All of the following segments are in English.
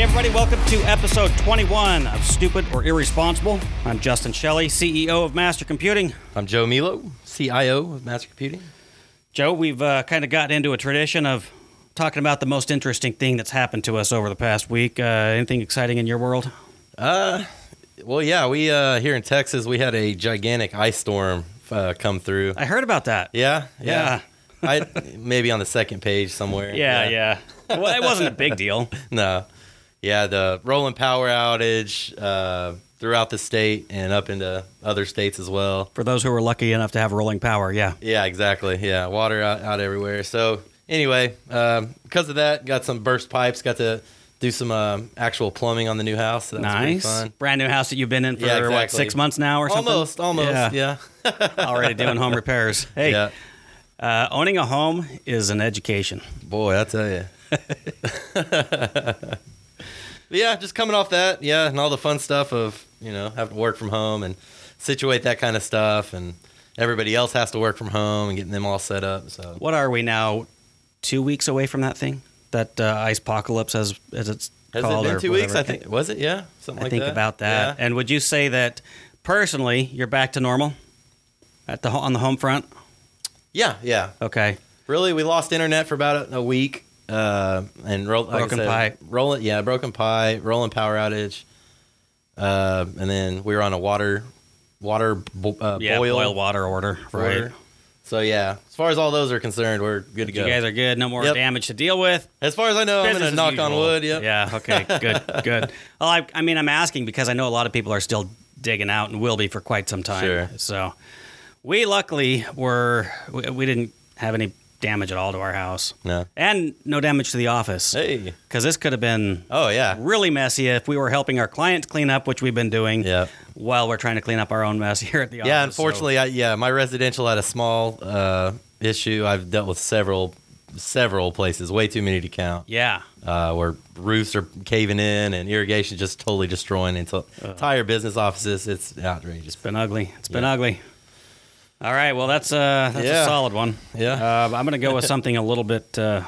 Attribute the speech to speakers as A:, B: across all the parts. A: everybody. Welcome to episode 21 of Stupid or Irresponsible. I'm Justin Shelley, CEO of Master Computing.
B: I'm Joe Milo, CIO of Master Computing.
A: Joe, we've uh, kind of got into a tradition of talking about the most interesting thing that's happened to us over the past week. Uh, anything exciting in your world?
B: Well, yeah, we uh, here in Texas, we had a gigantic ice storm uh, come through.
A: I heard about that.
B: Yeah, I maybe on the second page somewhere.
A: Yeah, yeah. well, it wasn't a big deal.
B: No, yeah, the rolling power outage uh, throughout the state and up into other states as well.
A: For those who were lucky enough to have rolling power, yeah.
B: Yeah, exactly. Yeah, water out, out everywhere. So anyway, um, because of that, got some burst pipes. Got to do some um actual plumbing on the new house. So that was pretty
A: Nice.
B: fun.
A: Brand new house that you've been in for,
B: Yeah,
A: what,
B: exactly.
A: six months now or something?
B: Almost, almost.
A: Yeah.
B: Yeah. Yeah.
A: Already doing home repairs. Hey, uh, owning a home is an education.
B: Boy, I tell you. yeah, just coming off that. Yeah, and all the fun stuff of, you know, having to work from home and situate that kind of stuff. And everybody else has to work from home and getting them all set up. So,
A: What are we now? Two weeks away from that thing, that uh, ice apocalypse, as as it's
B: has it
A: called,
B: been
A: or
B: two weeks?
A: whatever.
B: I think, was it? Yeah. Something
A: I
B: like
A: think
B: that.
A: about that.
B: Yeah.
A: And would you say that personally, you're back to normal at the ho- on the home front?
B: yeah. Yeah.
A: Okay,
B: Really, we lost internet for about a, a week. Uh, and roll, like I
A: Broken
B: said,
A: pipe.
B: Rolling, yeah, broken pie, rolling power outage. Uh, and then we were on a water, water bo- uh,
A: yeah, boil, water order, right?
B: Right. So yeah, as far as all those are concerned, we're good to go.
A: You guys are good. No more
B: Yep.
A: damage to deal with.
B: as far as I know, I'm
A: Business
B: gonna
A: as
B: knock on
A: usual.
B: wood. Yep.
A: Yeah. Okay. Good. Good. Well, I, I mean, I'm asking because I know a lot of people are still digging out and will be for quite some time.
B: Sure.
A: So we luckily were we, we didn't have any damage at all to our house.
B: No.
A: And no damage to the office.
B: Hey.
A: Because this could have been
B: Oh yeah.
A: really messy if we were helping our clients clean up, which we've been doing.
B: Yeah.
A: While we're trying to clean up our own mess here at the office.
B: Yeah.
A: Oh, So-
B: Unfortunately, I, yeah, my residential had a small uh, issue. I've dealt with several, several places, way too many to count.
A: yeah.
B: Uh, where roofs are caving in and irrigation just totally destroying enti-
A: Uh-huh.
B: entire business offices. It's outrageous.
A: It's been ugly. It's been
B: Yeah.
A: ugly. All right. Well, that's uh, that's a
B: Yeah.
A: solid one.
B: Yeah.
A: Uh, I'm gonna go with something a little bit uh,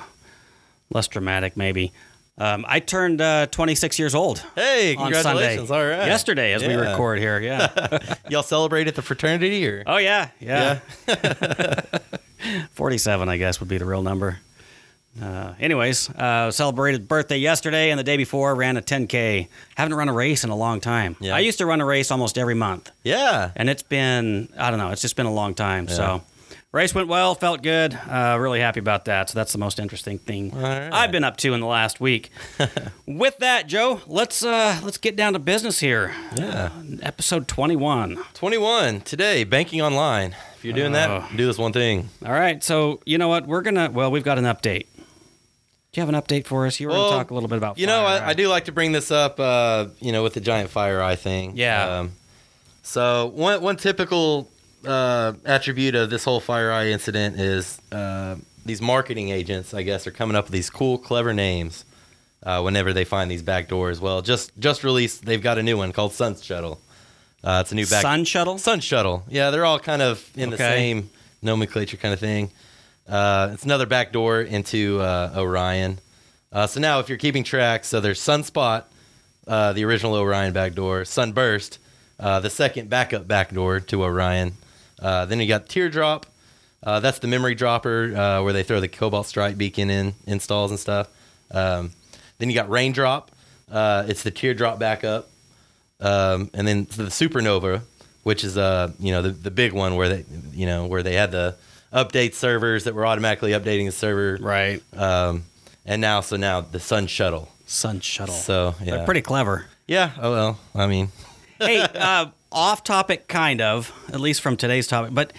A: less dramatic, maybe. Um, I turned uh, 26 years old.
B: Hey,
A: on Sunday.
B: congratulations! All right.
A: Yesterday, as we
B: Yeah.
A: record here. Yeah.
B: y'all celebrate at the fraternity or?
A: oh yeah. Yeah. 47, I guess, would be the real number. Uh, anyways, uh, celebrated birthday yesterday and the day before ran a 10K. Haven't run a race in a long time.
B: Yeah.
A: I used to run a race almost every month.
B: Yeah.
A: and it's been I don't know, it's just been a long time. So race went well, felt good, uh, really happy about that. So that's the most interesting thing
B: right.
A: I've been up to in the last week. With that, Joe, let's uh, let's get down to business here.
B: Yeah.
A: Episode twenty one.
B: 21 today banking online if you're doing
A: Oh.
B: that do this one thing
A: All right, so you know what? We're gonna well, we've got an update. Do you have an update for us? You were
B: Well,
A: gonna talk a little bit about
B: you know
A: FireEye.
B: I, I do like to bring this up uh, you know with the giant fire eye thing Um,
A: Yeah.
B: so one, one typical uh, attribute of this whole fire eye incident is uh, these marketing agents i guess are coming up with these cool clever names uh, whenever they find these back doors well just just released they've got a new one called sun shuttle uh, it's a new back
A: Sun shuttle.
B: Sun Shuttle. Yeah, they're all kind of in the
A: Okay.
B: same nomenclature kind of thing. Uh, it's another backdoor into uh, Orion. Uh, so now, if you're keeping track, so there's Sunspot, uh, the original Orion backdoor, Sunburst, uh, the second backup backdoor to Orion. Uh, then you got Teardrop. Uh, that's the memory dropper uh, where they throw the Cobalt Strike beacon in installs and stuff. Um, then you got Raindrop. Uh, it's the teardrop backup um, and then the supernova, which is uh you know the, the big one where they you know where they had the update servers that were automatically updating the server,
A: Right.
B: um, and now so now the sun shuttle.
A: Sun shuttle.
B: So yeah,
A: They're pretty clever.
B: yeah. Oh well, I mean,
A: hey, uh, off topic, kind of, at least from today's topic, but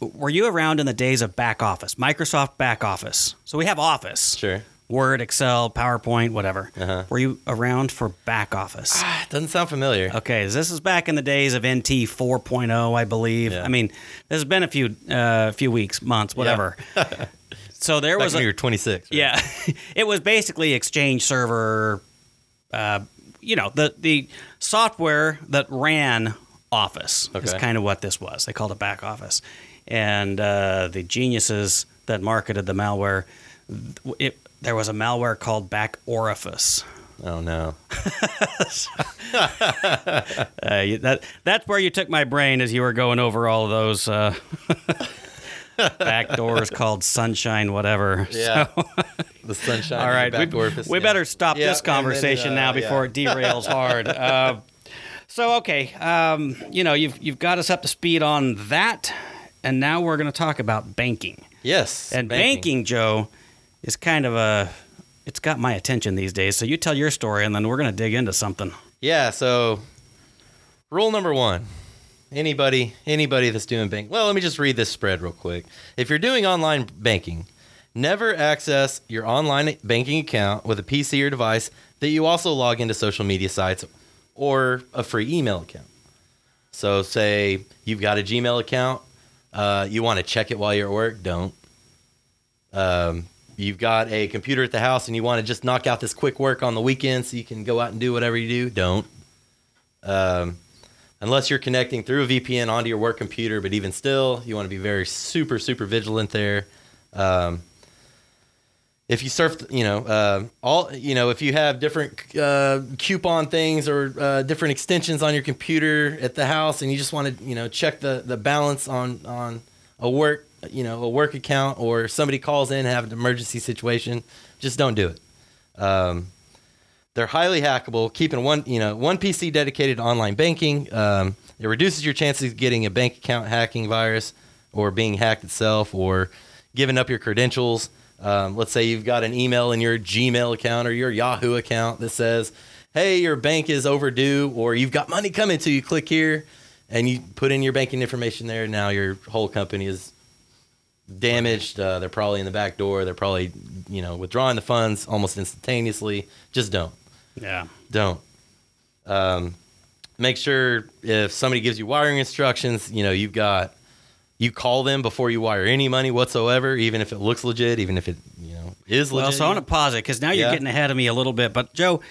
A: were you around in the days of back office, Microsoft back office? So we have office.
B: Sure.
A: Word, Excel, PowerPoint, whatever.
B: Uh-huh.
A: Were you around for back office?
B: it doesn't sound familiar.
A: Okay, this is back in the days of NT 4.0, oh, I believe.
B: Yeah.
A: I mean, this has been a few uh, few weeks, months, whatever. so there
B: Back
A: was
B: when
A: a,
B: you were 26. right?
A: yeah, it was basically Exchange Server. Uh, you know, the the software that ran Office is
B: Okay.
A: kind of what this was. They called it back office, and uh, the geniuses that marketed the malware, th- it, there was a malware called Back Orifice.
B: Oh no.
A: Uh, you- that that's where you took my brain as you were going over all of those uh, back doors called sunshine, whatever.
B: Yeah. the sunshine.
A: All right,
B: the
A: we,
B: back door fist-
A: we
B: yeah.
A: better stop
B: Yeah,
A: this
B: and then,
A: conversation
B: uh,
A: now
B: yeah.
A: before it derails hard. Uh, so okay, um, you know you've you've got us up to speed on that, and now we're going to talk about banking.
B: Yes.
A: And banking. Joe, is kind of a it's got my attention these days. So you tell your story, and then we're going to dig into something.
B: Yeah, so rule number one. Anybody anybody that's doing bank well, let me just read this spread real quick. If you're doing online banking, never access your online banking account with a PC or device that you also log into social media sites or a free email account. So say you've got a Gmail account, uh, you want to check it while you're at work, don't. Um, you've got a computer at the house and you want to just knock out this quick work on the weekend so you can go out and do whatever you do, don't. Um, unless you're connecting through a VPN onto your work computer, but even still, you want to be very super, super vigilant there. Um, if you surf, you know, uh, all, you know, if you have different uh, coupon things or uh, different extensions on your computer at the house, and you just want to, you know, check the the balance on on a work, you know, a work account, or somebody calls in and have an emergency situation, just don't do it. Um, they're highly hackable, keeping one you know one PC dedicated to online banking. Um, it reduces your chances of getting a bank account hacking virus, or being hacked itself, or giving up your credentials. Um, let's say you've got an email in your Gmail account or your Yahoo account that says, "Hey, your bank is overdue," or "You've got money coming to you." Click here, and you put in your banking information there. Now your whole company is damaged. Uh, they're probably in the back door. They're probably you know withdrawing the funds almost instantaneously. Just don't
A: Yeah.
B: don't. Um, make sure if somebody gives you wiring instructions, you know, you've got, you call them before you wire any money whatsoever, even if it looks legit, even if it, you know, is legit.
A: Well, so I want to pause it because now you're
B: Yeah.
A: getting ahead of me a little bit. But Joe,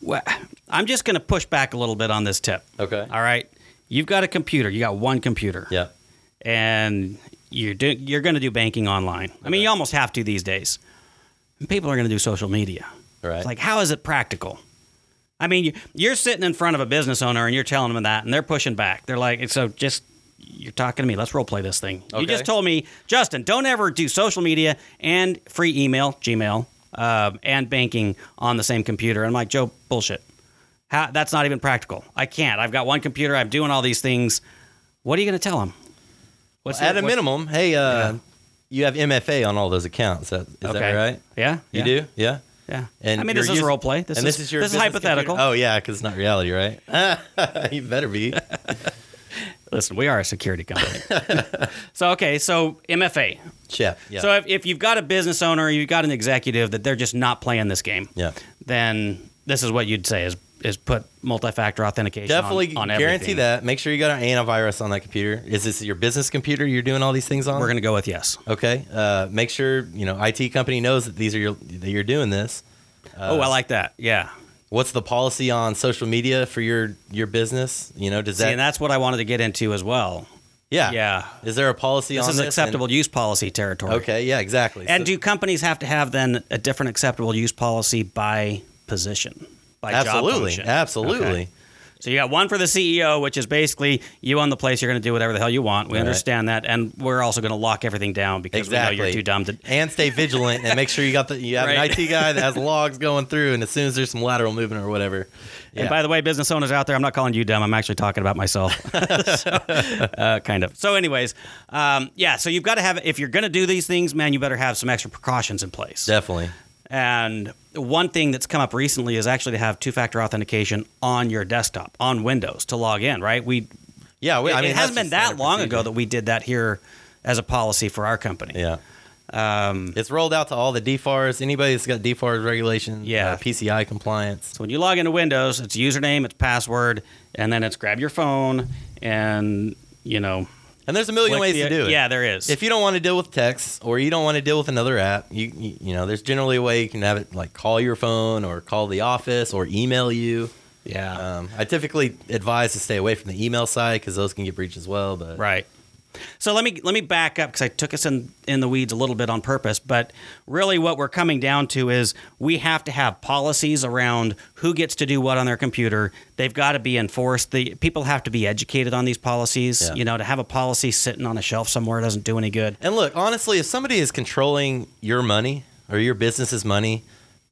A: wha- I'm just going to push back a little bit on this tip.
B: okay.
A: All right, you've got a computer. You got one computer.
B: Yeah.
A: and you're do, you're going to do banking online. I mean,
B: Okay.
A: you almost have to these days. And people are going to do social media.
B: All right.
A: It's like, how is it practical? I mean, you- you're sitting in front of a business owner and you're telling them that, and they're pushing back. They're like, so just you're talking to me. Let's role play this thing. You
B: Okay.
A: just told me, Justin, don't ever do social media and free email, Gmail, um, and banking on the same computer. I'm like, Joe, bullshit. How, that's not even practical. I can't. I've got one computer. I'm doing all these things. What are you going to tell them? What's
B: At
A: the-
B: a
A: what's-
B: minimum, hey, uh,
A: Yeah.
B: you have MFA on all those accounts. That, is that right?
A: Yeah.
B: You
A: yeah,
B: do? Yeah.
A: Yeah.
B: And
A: I mean,
B: you're
A: this is
B: using-
A: role play. This
B: and
A: is,
B: this is your
A: this is
B: business
A: hypothetical.
B: computer? Oh yeah, because it's not reality, right? you better be.
A: Listen, we are a security company. so okay, so MFA.
B: Yeah. Yeah.
A: So if, if you've got a business owner, you've got an executive that they're just not playing this game,
B: yeah.
A: then this is what you'd say is is put multi-factor authentication. on-
B: Definitely
A: on,
B: guarantee
A: everything.
B: that. Make sure you got an antivirus on that computer. Is this your business computer you're doing all these things on?
A: We're gonna go with yes.
B: okay. Uh, make sure you know IT company knows that these are your that you're doing this. Uh,
A: oh, I like that. Yeah.
B: What's the policy on social media for your your business? You know, does
A: See,
B: that
A: and that's what I wanted to get into as well.
B: yeah
A: yeah.
B: Is there a policy
A: This
B: on
A: is
B: this? And-
A: acceptable use policy territory.
B: okay. Yeah. Exactly.
A: And
B: So-
A: do companies have to have then a different acceptable use policy by position? By job
B: absolutely,
A: function?
B: absolutely.
A: Okay. So you got one for the CEO, which is basically you own the place. You're going to do whatever the hell you want. We
B: Right.
A: understand that, and we're also going to lock everything down because we know you're
B: Exactly.
A: too dumb to.
B: And stay vigilant and make sure you got the you have
A: Right.
B: an IT guy that has logs going through, and as soon as there's some lateral movement or whatever.
A: And by the way, business owners out there, I'm not calling you dumb. I'm actually talking about myself, so, uh, kind of. So, anyways, um, yeah. So you've got to have if you're going to do these things, man, you better have some extra precautions in place.
B: definitely.
A: And one thing that's come up recently is actually to have two-factor authentication on your desktop on Windows to log in. Right? We
B: Yeah. We,
A: it,
B: I mean,
A: it
B: that's
A: hasn't been
B: just
A: that
B: standard
A: long
B: procedure.
A: ago that we did that here as a policy for our company.
B: Yeah. Um, it's rolled out to all the DFARS. Anybody that's got DFARS regulation,
A: Yeah.
B: uh, PCI compliance.
A: So when you log into Windows, it's username, it's password, and then it's grab your phone and you know
B: And there's a million
A: click
B: ways
A: the-
B: to do it.
A: Yeah, there is.
B: If you don't want to deal with text or you don't want to deal with another app, you, you you know, there's generally a way you can have it like call your phone or call the office or email you.
A: yeah,
B: Um, I typically advise to stay away from the email side because those can get breached as well. But
A: right. So let me let me back up because I took us in in the weeds a little bit on purpose. But really, what we're coming down to is we have to have policies around who gets to do what on their computer. They've got to be enforced. The people have to be educated on these policies.
B: Yeah.
A: You know, to have a policy sitting on a shelf somewhere doesn't do any good.
B: And look, honestly, if somebody is controlling your money or your business's money,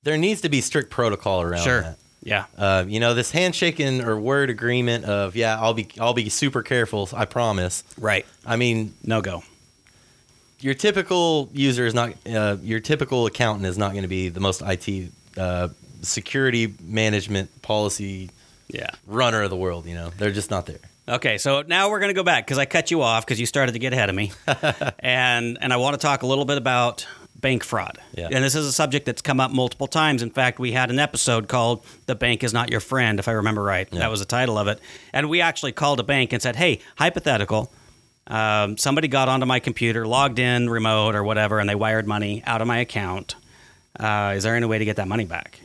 B: there needs to be strict protocol around
A: sure.
B: that.
A: Yeah.
B: Uh, you know, this handshaking or word agreement of yeah, I'll be I'll be super careful, I promise.
A: Right.
B: I mean,
A: No go.
B: your typical user is not uh, your typical accountant is not going to be the most IT uh, security management policy
A: Yeah.
B: runner of the world. You know, they're just not there.
A: Okay, so now we're going to go back because I cut you off because you started to get ahead of me, and and I want to talk a little bit about bank fraud.
B: Yeah.
A: And this is a subject that's come up multiple times. In fact, we had an episode called "The Bank Is Not Your Friend," if I remember right. That was the title of it, and we actually called a bank and said, "Hey, hypothetical." Um, somebody got onto my computer, logged in remote or whatever, and they wired money out of my account. Uh, is there any way to get that money back?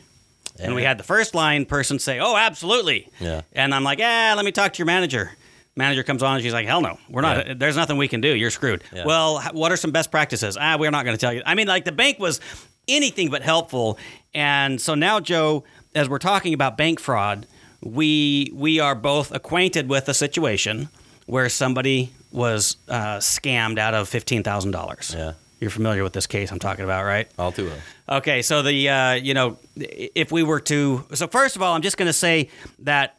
A: And we had the first line person say, "Oh, absolutely."
B: Yeah.
A: And I'm like, "Yeah, let me talk to your manager." Manager comes on and she's like, "Hell no, we're not.
B: Yeah.
A: There's nothing we can do. You're screwed."
B: Yeah.
A: Well, h- what are some best practices? Ah, we're not going to tell you. I mean, like the bank was anything but helpful. And so now, Joe, as we're talking about bank fraud, we we are both acquainted with a situation where somebody was uh, scammed out of fifteen thousand dollars.
B: Yeah.
A: You're familiar with this case I'm talking about, right?
B: all too well.
A: Okay, so the uh, you know, if we were to so first of all, I'm just going to say that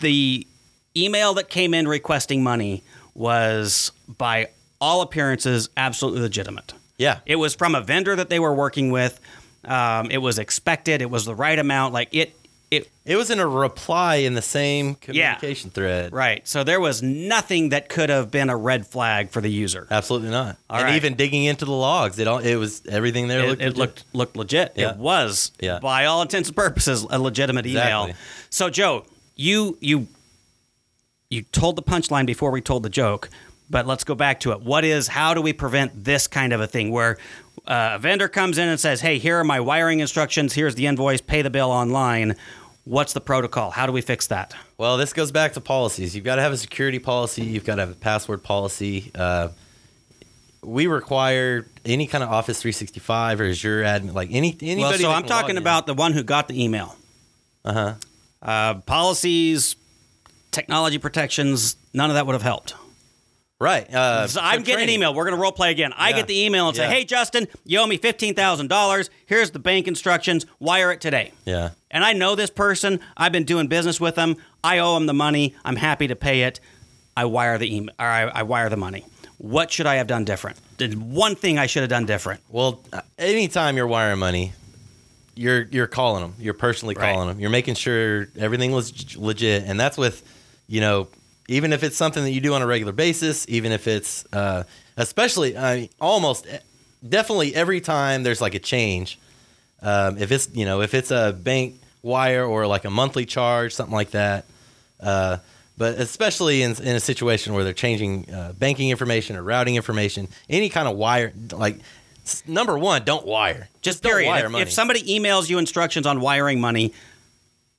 A: the email that came in requesting money was by all appearances absolutely legitimate.
B: Yeah,
A: It was from a vendor that they were working with. Um, it was expected. It was the right amount. Like it, it
B: it was in a reply in the same
A: Yeah.
B: communication thread.
A: right. So there was nothing that could have been a red flag for the user.
B: Absolutely not.
A: All
B: and
A: right.
B: even digging into the logs, it all it was everything there
A: it,
B: looked
A: it
B: legit.
A: looked looked legit.
B: Yeah.
A: It was,
B: Yeah.
A: by all intents and purposes, a legitimate email.
B: Exactly.
A: So, Joe, you you you told the punchline before we told the joke, but let's go back to it. What is? How do we prevent this kind of a thing where uh, a vendor comes in and says, "Hey, here are my wiring instructions. Here's the invoice. Pay the bill online." What's the protocol? How do we fix that?
B: Well, this goes back to policies. You've got to have a security policy. You've got to have a password policy. Uh, we require any kind of Office 365 or Azure admin, like any anybody.
A: well, so
B: that
A: I'm
B: can
A: talking
B: log in.
A: about the one who got the email.
B: Uh-huh.
A: Uh, policies, technology protections. None of that would have helped.
B: right. Uh,
A: So I'm
B: for
A: getting an
B: training.
A: email. We're going to role play again. I
B: Yeah.
A: get the email and
B: Yeah.
A: say, "Hey Justin, you owe me fifteen thousand dollars. Here's the bank instructions. Wire it today."
B: Yeah,
A: And I know this person. I've been doing business with them. I owe them the money. I'm happy to pay it. I wire the email. Or I, I wire the money. What should I have done different? Did one thing I should have done different?
B: Well, uh, anytime you're wiring money, you're you're calling them. You're personally
A: Right.
B: calling them. You're making sure everything was legit, and that's with, you know, even if it's something that you do on a regular basis, even if it's, uh, especially, I mean, almost, e- definitely every time there's like a change, um, if it's you know if it's a bank wire or like a monthly charge, something like that. Uh, but especially in, in a situation where they're changing uh, banking information or routing information, any kind of wire, like s- number one, don't wire.
A: Just
B: don't
A: period.
B: wire
A: if,
B: money.
A: if somebody emails you instructions on wiring money,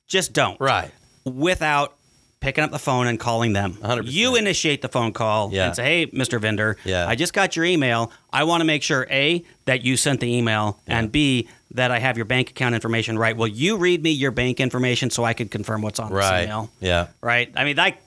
A: just don't.
B: right,
A: without picking up the phone and calling them.
B: 100%.
A: You initiate the phone call
B: Yeah.
A: and say, "Hey, Mr. Vendor,
B: Yeah.
A: I just got your email. I want to make sure A that you sent the email and B that I have your bank account information right. Will you read me your bank information so I could confirm what's on this
B: right,
A: email?"
B: yeah.
A: Right? I mean, like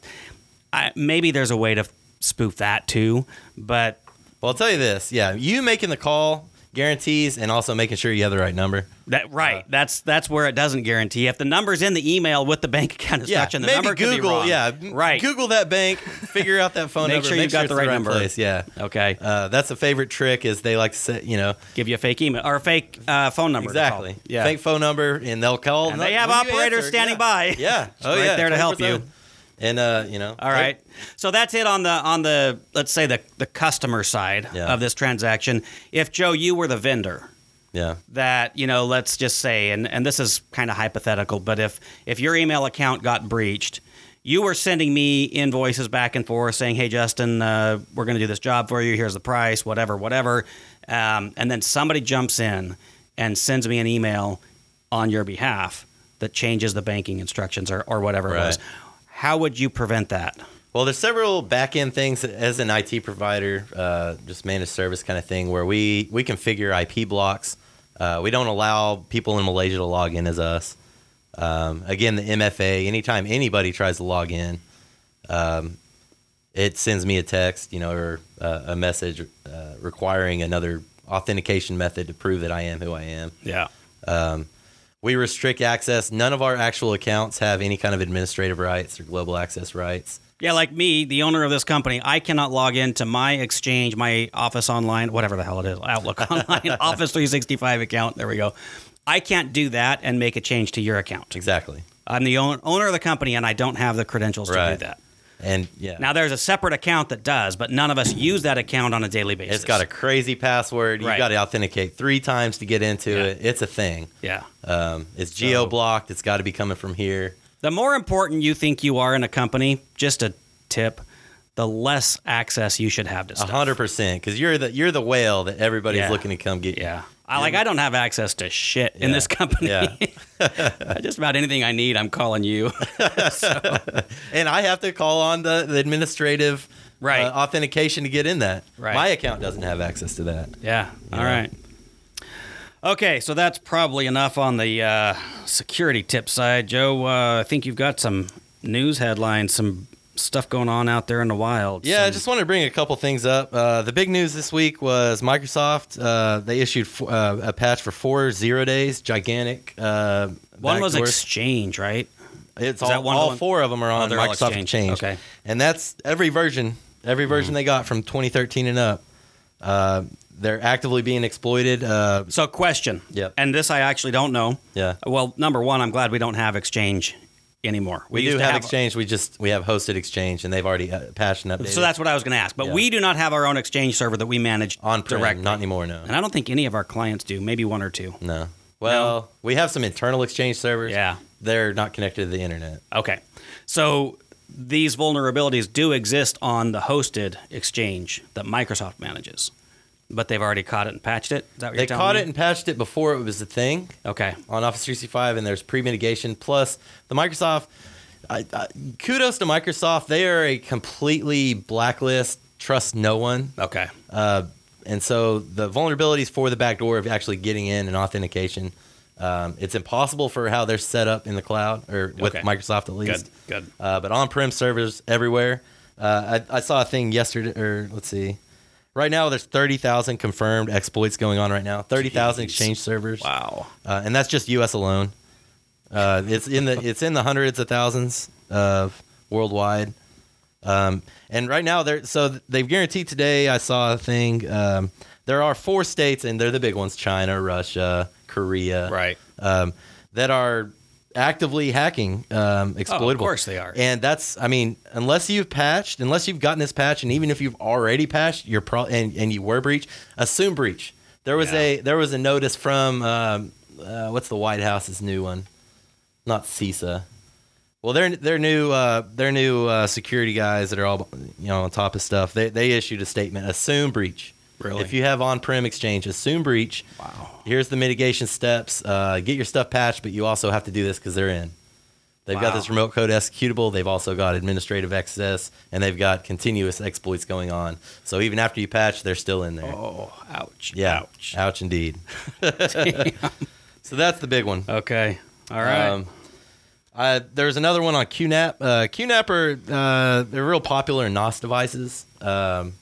A: I, maybe there's a way to spoof that too, but
B: Well, I'll tell you this, yeah, you making the call guarantees and also making sure you have the right number.
A: that right.
B: Uh.
A: that's that's where it doesn't guarantee. If the number's in the email with the bank account instruction, the
B: maybe
A: number
B: Google,
A: could be wrong.
B: yeah,
A: Right.
B: Google that bank, figure out that phone
A: Make
B: number,
A: sure you've got
B: it's
A: the right number.
B: place, yeah.
A: Okay.
B: Uh, that's a favorite trick is they like to say, you know,
A: Give you a fake email or a fake uh, phone number. to call.
B: exactly.
A: Yeah.
B: Fake phone number, and they'll call.
A: And
B: No,
A: they have
B: when you
A: operators
B: answer,
A: standing
B: yeah.
A: by.
B: Yeah. Oh,
A: right
B: yeah.
A: there to help
B: 24/7.
A: you.
B: And, uh, you know.
A: All right. So that's it on the on the let's say the the customer side
B: Yeah.
A: of this transaction. If Joe, you were the vendor,
B: Yeah.
A: that you know, let's just say, and and this is kind of hypothetical, but if if your email account got breached. You were sending me invoices back and forth saying, "Hey Justin, uh, we're going to do this job for you. Here's the price, whatever, whatever." Um, and then somebody jumps in and sends me an email on your behalf that changes the banking instructions or, or whatever it was.
B: Right.
A: How would you prevent that?
B: Well, there's several back-end things as an IT provider, uh, just managed service kind of thing, where we we configure IP blocks. Uh, we don't allow people in Malaysia to log in as us. Um, again, the MFA. Anytime anybody tries to log in, um, it sends me a text, you know, or uh, a message uh, requiring another authentication method to prove that I am who I am.
A: Yeah.
B: We restrict access. None of our actual accounts have any kind of administrative rights or global access rights.
A: Yeah, like me, the owner of this company, I cannot log into my exchange, my office online, whatever the hell it is, Outlook online, Office 365 account. There we go. I can't do that and make a change to your account.
B: Exactly.
A: I'm the own, owner of the company and I don't have the credentials to
B: Right.
A: do that.
B: And yeah,
A: Now, there's a separate account that does, but none of us use that account on a daily basis.
B: it's got a crazy password.
A: Right.
B: You got to authenticate three times to get into
A: Yeah.
B: it. It's a thing.
A: Yeah.
B: Um, it's geo blocked. It's got to be coming from here.
A: The more important you think you are in a company, just a tip, the less access you should have to
B: A
A: stuff.
B: hundred percent. Because you're the you're the whale that everybody's
A: Yeah.
B: looking to come get. you.
A: Yeah. I like I don't have access to shit in
B: Yeah.
A: this company.
B: Yeah.
A: Just about anything I need, I'm calling you.
B: And I have to call on the, the administrative
A: Right.
B: uh, authentication to get in that.
A: Right.
B: My account doesn't have access to that.
A: yeah. All
B: Yeah.
A: right. Okay, so that's probably enough on the uh, security tip side. Joe, uh, I think you've got some news headlines, some stuff going on out there in the wild.
B: Yeah, I
A: some-
B: just wanted to bring a couple things up. Uh, the big news this week was Microsoft. Uh, they issued f- uh, a patch for four zero days, gigantic. Uh,
A: one was
B: backdoors.
A: Exchange, right?
B: it's
A: that
B: all,
A: one of
B: all
A: them?
B: four of them are on
A: they're all
B: Microsoft
A: Exchange.
B: Exchange.
A: Okay. Mm-hmm.
B: and that's every version, every version they got from 2013 and up. Uh, they're actively being exploited. Uh,
A: So, question.
B: Yep.
A: And this I actually don't know.
B: yeah,
A: Well, number one, I'm glad we don't have Exchange anymore.
B: we, do
A: used to
B: have, Exchange. We just we have hosted Exchange, and they've already uh, patched and updated.
A: So that's what I was going to ask. But
B: Yeah.
A: we do not have our own Exchange server that we manage
B: on
A: direct.
B: prem, not anymore. No,
A: And I don't think any of our clients do. Maybe one or two.
B: no. Well, we have some internal Exchange servers.
A: Yeah.
B: they're not connected to the internet.
A: Okay. So these vulnerabilities do exist on the hosted Exchange that Microsoft manages, but they've already caught it and patched it. Is that what
B: They
A: you're telling
B: caught
A: me?
B: it and patched it before it was a thing
A: okay.
B: on Office 365, and there's pre-mitigation. Plus, the Microsoft. I, I, kudos to Microsoft. They are a completely blacklist, trust no one,
A: Okay.
B: uh, and so the vulnerabilities for the backdoor of actually getting in and authentication. Um, it's impossible for how they're set up in the cloud or with
A: Okay.
B: Microsoft at least.
A: Good. Good.
B: Uh, but on-prem servers everywhere. Uh, I, I saw a thing yesterday, or let's see. Right now, there's 30,000 confirmed exploits going on right now. 30,000
A: Jeez.
B: exchange servers,
A: Wow.
B: uh, and that's just U.S. alone. Uh, it's in the it's in the hundreds of thousands of worldwide. Um, and right now, they're so they've guaranteed today. I saw a thing. Um, there are four states, and they're the big ones: China, Russia, Korea,
A: Right.
B: um, that are actively hacking um, exploitable.
A: Oh, course they are.
B: And that's, I mean, unless you've patched, unless you've gotten this patch, and even if you've already patched, you're pro- and, and you were breached, assume breach. There was a there was a notice from um, uh, what's the White House's new one, not CISA. Well, their their new uh, their new uh, security guys that are all you know on top of stuff. They they issued a statement: assume breach.
A: Really?
B: If you have on-prem exchange, assume breach.
A: Wow.
B: Here's the mitigation steps. Uh, get your stuff patched, but you also have to do this because they're in. They've got
A: Wow.
B: this remote code executable. They've also got administrative access, and they've got continuous exploits going on. So even after you patch, they're still in there.
A: Oh, ouch.
B: yeah,
A: Ouch.
B: ouch indeed. so that's the big one.
A: Okay. All right.
B: Um, uh, there's another one on QNAP. Uh, QNAP are uh, they're real popular in NOS devices. Um,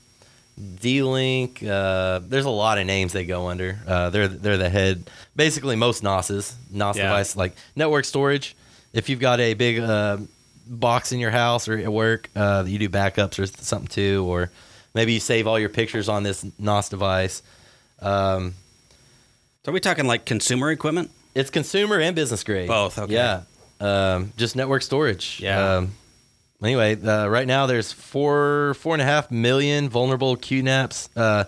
B: D-Link. Uh, there's a lot of names they go under. Uh, they're they're the head. Basically, most NOSes, NOS
A: Yeah.
B: device like network storage. If you've got a big uh, box in your house or at work uh, that you do backups or something to, or maybe you save all your pictures on this NOS device. Um,
A: so are we talking like consumer equipment?
B: it's consumer and business grade.
A: Both, okay.
B: Yeah. Um, just network storage.
A: Yeah.
B: Um, anyway, uh, right now there's four four and a half million vulnerable QNAPs uh,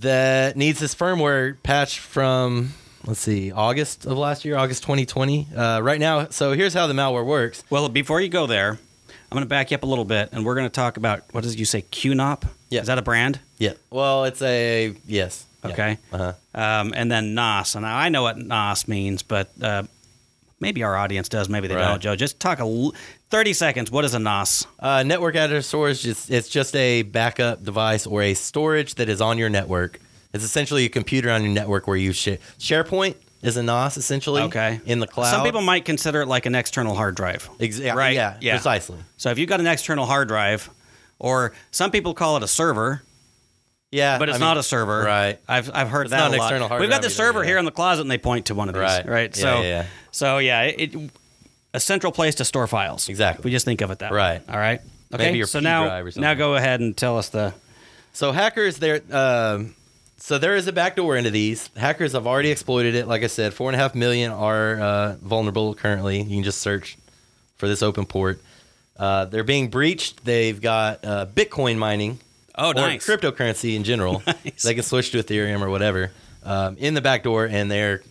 B: that needs this firmware patch from let's see August of last year, August 2020. Uh, right now, so here's how the malware works.
A: Well, before you go there, I'm going to back you up a little bit, and we're going to talk about what does you say, QNOP?
B: Yeah.
A: Is that a brand?
B: Yeah. Well, it's a yes. Yeah.
A: Okay.
B: Uh-huh.
A: Um, and then NOS. And I know what NOS means, but uh, Maybe our audience does. Maybe they
B: Right.
A: don't, Joe. Just talk a l- 30 seconds. What is a NOS?
B: Uh, network address storage is it's just a backup device or a storage that is on your network. It's essentially a computer on your network where you share. SharePoint is a NOS essentially.
A: Okay.
B: In the cloud.
A: Some people might consider it like an external hard drive.
B: Exactly.
A: right?
B: Yeah,
A: Yeah.
B: Precisely.
A: So if you've got an external hard drive, or some people call it a server,
B: Yeah.
A: but it's
B: I mean-
A: not a server.
B: Right.
A: I've, I've heard
B: It's
A: that
B: not
A: a
B: an
A: lot.
B: external hard
A: We've got
B: drive
A: the
B: either,
A: server
B: yeah.
A: here in the closet, and they point to one of these.
B: Right.
A: Right.
B: Yeah,
A: So
B: yeah, yeah.
A: so yeah, it, it- a central place to store files.
B: Exactly.
A: We just think of it that. way.
B: Right.
A: All right. Okay.
B: Maybe your
A: so
B: P
A: now
B: drive or something.
A: now go ahead and tell us the
B: So hackers, there. Um, so there is a backdoor into these. Hackers have already exploited it. Like I said, four and a half million are uh, vulnerable currently. You can just search for this open port. Uh, they're being breached. They've got uh, Bitcoin mining.
A: Oh,
B: or
A: nice.
B: Cryptocurrency in general.
A: Nice.
B: They can switch to Ethereum or whatever um, in the backdoor, and they're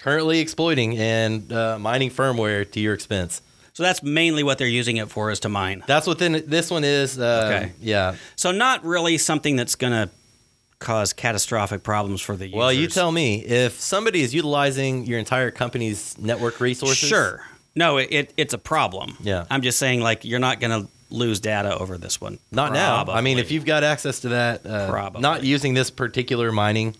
B: currently exploiting and uh, mining firmware to your expense.
A: So that's mainly what they're using it for is to mine.
B: That's what then, this one is. Uh,
A: Okay.
B: Yeah.
A: So not really something that's going to cause catastrophic problems for the users.
B: Well, you tell me if somebody is utilizing your entire company's network resources.
A: Sure. No, it, it it's a problem.
B: Yeah.
A: I'm just saying like you're not going to lose data over this one.
B: Not now. I mean,
A: Probably.
B: if you've got access to that, uh,
A: Probably.
B: not using this particular mining,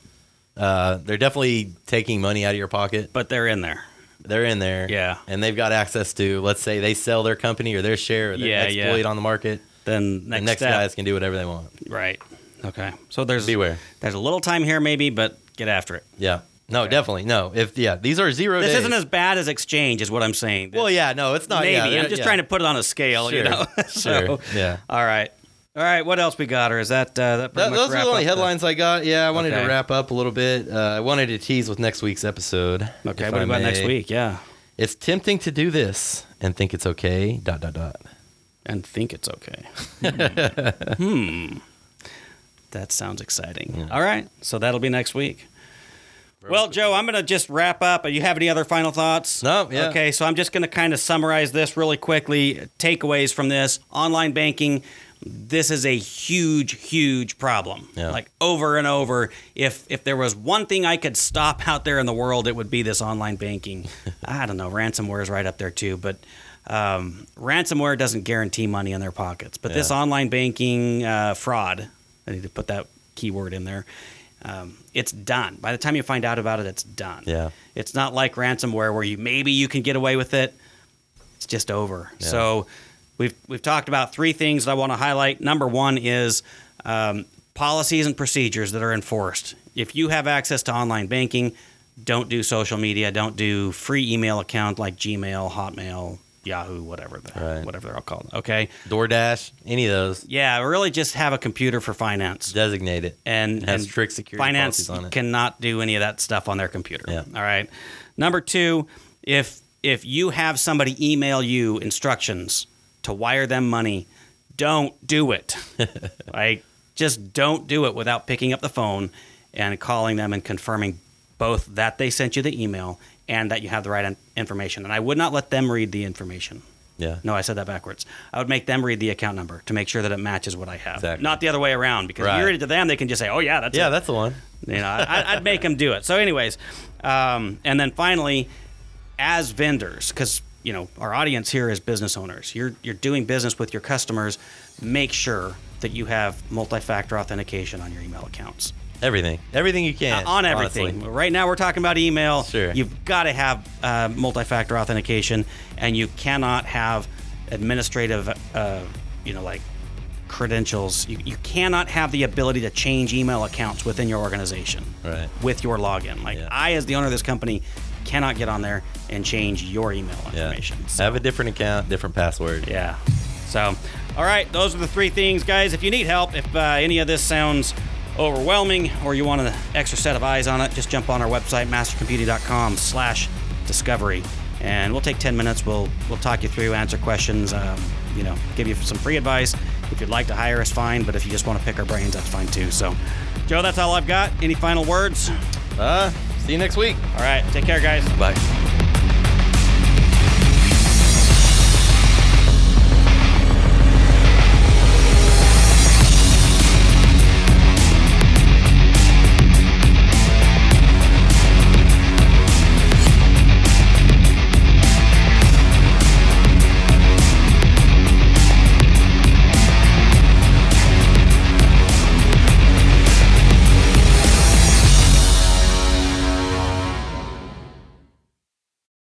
B: uh, they're definitely taking money out of your pocket.
A: but they're in there.
B: They're in there.
A: Yeah.
B: And they've got access to, let's say they sell their company or their share or their
A: Yeah, yeah.
B: exploit on the market.
A: Then
B: The
A: next,
B: next
A: step.
B: guys can do whatever they want.
A: Right. Okay. So there's
B: Beware.
A: there's a little time here maybe, but get after it.
B: Yeah. No, definitely. No. If, yeah, these are zero
A: This
B: days.
A: isn't as bad as exchange is what I'm saying.
B: well, yeah, no, it's not.
A: maybe.
B: yeah,
A: I'm
B: they're-
A: just
B: yeah.
A: trying to put it on a scale, you
B: Sure.
A: know. so,
B: Sure. Yeah.
A: All right. All right, what else we got or is that uh, that pretty
B: That,
A: much
B: those are
A: wrap
B: the only
A: up
B: headlines I got. Yeah, I wanted
A: Okay.
B: to wrap up a little bit. Uh, I wanted to tease with next week's episode.
A: Okay,
B: if
A: what
B: I
A: about next
B: may.
A: week? Yeah.
B: It's tempting to do this and think it's okay. Dot dot dot.
A: and think it's okay. hmm. That sounds exciting. All right. So that'll be next week. Well, Joe, I'm going to just wrap up. You have any other final thoughts?
B: No, yeah.
A: Okay, so I'm just going to kind of summarize this really quickly. Takeaways from this online banking. This is a huge, huge problem.
B: Yeah.
A: Like over and over. If if there was one thing I could stop out there in the world, it would be this online banking. I don't know. Ransomware is right up there too, but um, ransomware doesn't guarantee money in their pockets. But this
B: Yeah.
A: online banking uh, fraud, I need to put that keyword in there. Um, it's done. By the time you find out about it, it's done.
B: Yeah.
A: It's not like ransomware where you maybe you can get away with it. It's just over.
B: Yeah.
A: So we've we've talked about three things that I want to highlight. Number one is um, policies and procedures that are enforced. If you have access to online banking, don't do social media. Don't do free email account like Gmail, Hotmail, Yahoo, whatever the,
B: Right.
A: whatever they're all called. Okay.
B: DoorDash, any of those,
A: Yeah, really just have a computer for finance
B: designate it.
A: and
B: It has
A: and
B: strict security
A: finance
B: policies on it.
A: cannot do any of that stuff on their computer.
B: Yeah.
A: All right. Number two, if if you have somebody email you instructions to wire them money, don't do it. like just don't do it without picking up the phone and calling them and confirming both that they sent you the email and that you have the right in- information. And I would not let them read the information.
B: Yeah.
A: No, I said that backwards. I would make them read the account number to make sure that it matches what I have.
B: Exactly.
A: Not the other way around, because if
B: Right.
A: you read it to them, they can just say, "Oh yeah, that's
B: Yeah,
A: it."
B: that's the one.
A: you know, I, I'd make them do it. So, anyways, um, and then finally, as vendors, because you know our audience here is business owners. You're you're doing business with your customers. Make sure that you have multi-factor authentication on your email accounts
B: Everything. Everything you can.
A: Uh, on everything.
B: honestly.
A: Right now, we're talking about email.
B: Sure.
A: You've got to have uh, multi-factor authentication, and you cannot have administrative, uh, you know, like credentials. You, you cannot have the ability to change email accounts within your organization
B: Right.
A: with your login. Like
B: Yeah.
A: I, as the owner of this company, cannot get on there and change your email
B: Yeah.
A: information. So-
B: Have a different account, different password.
A: yeah. So, all right, those are the three things, guys. If you need help, if uh, any of this sounds overwhelming or you want an extra set of eyes on it, just jump on our website, mastercomputing.com slash discovery. And we'll take 10 minutes. We'll we'll talk you through, answer questions, um, you know, give you some free advice. If you'd like to hire us, fine. But if you just want to pick our brains, that's fine too. So, Joe, that's all I've got. Any final words?
B: Uh, see you next week.
A: All right, take care, guys.
B: Bye.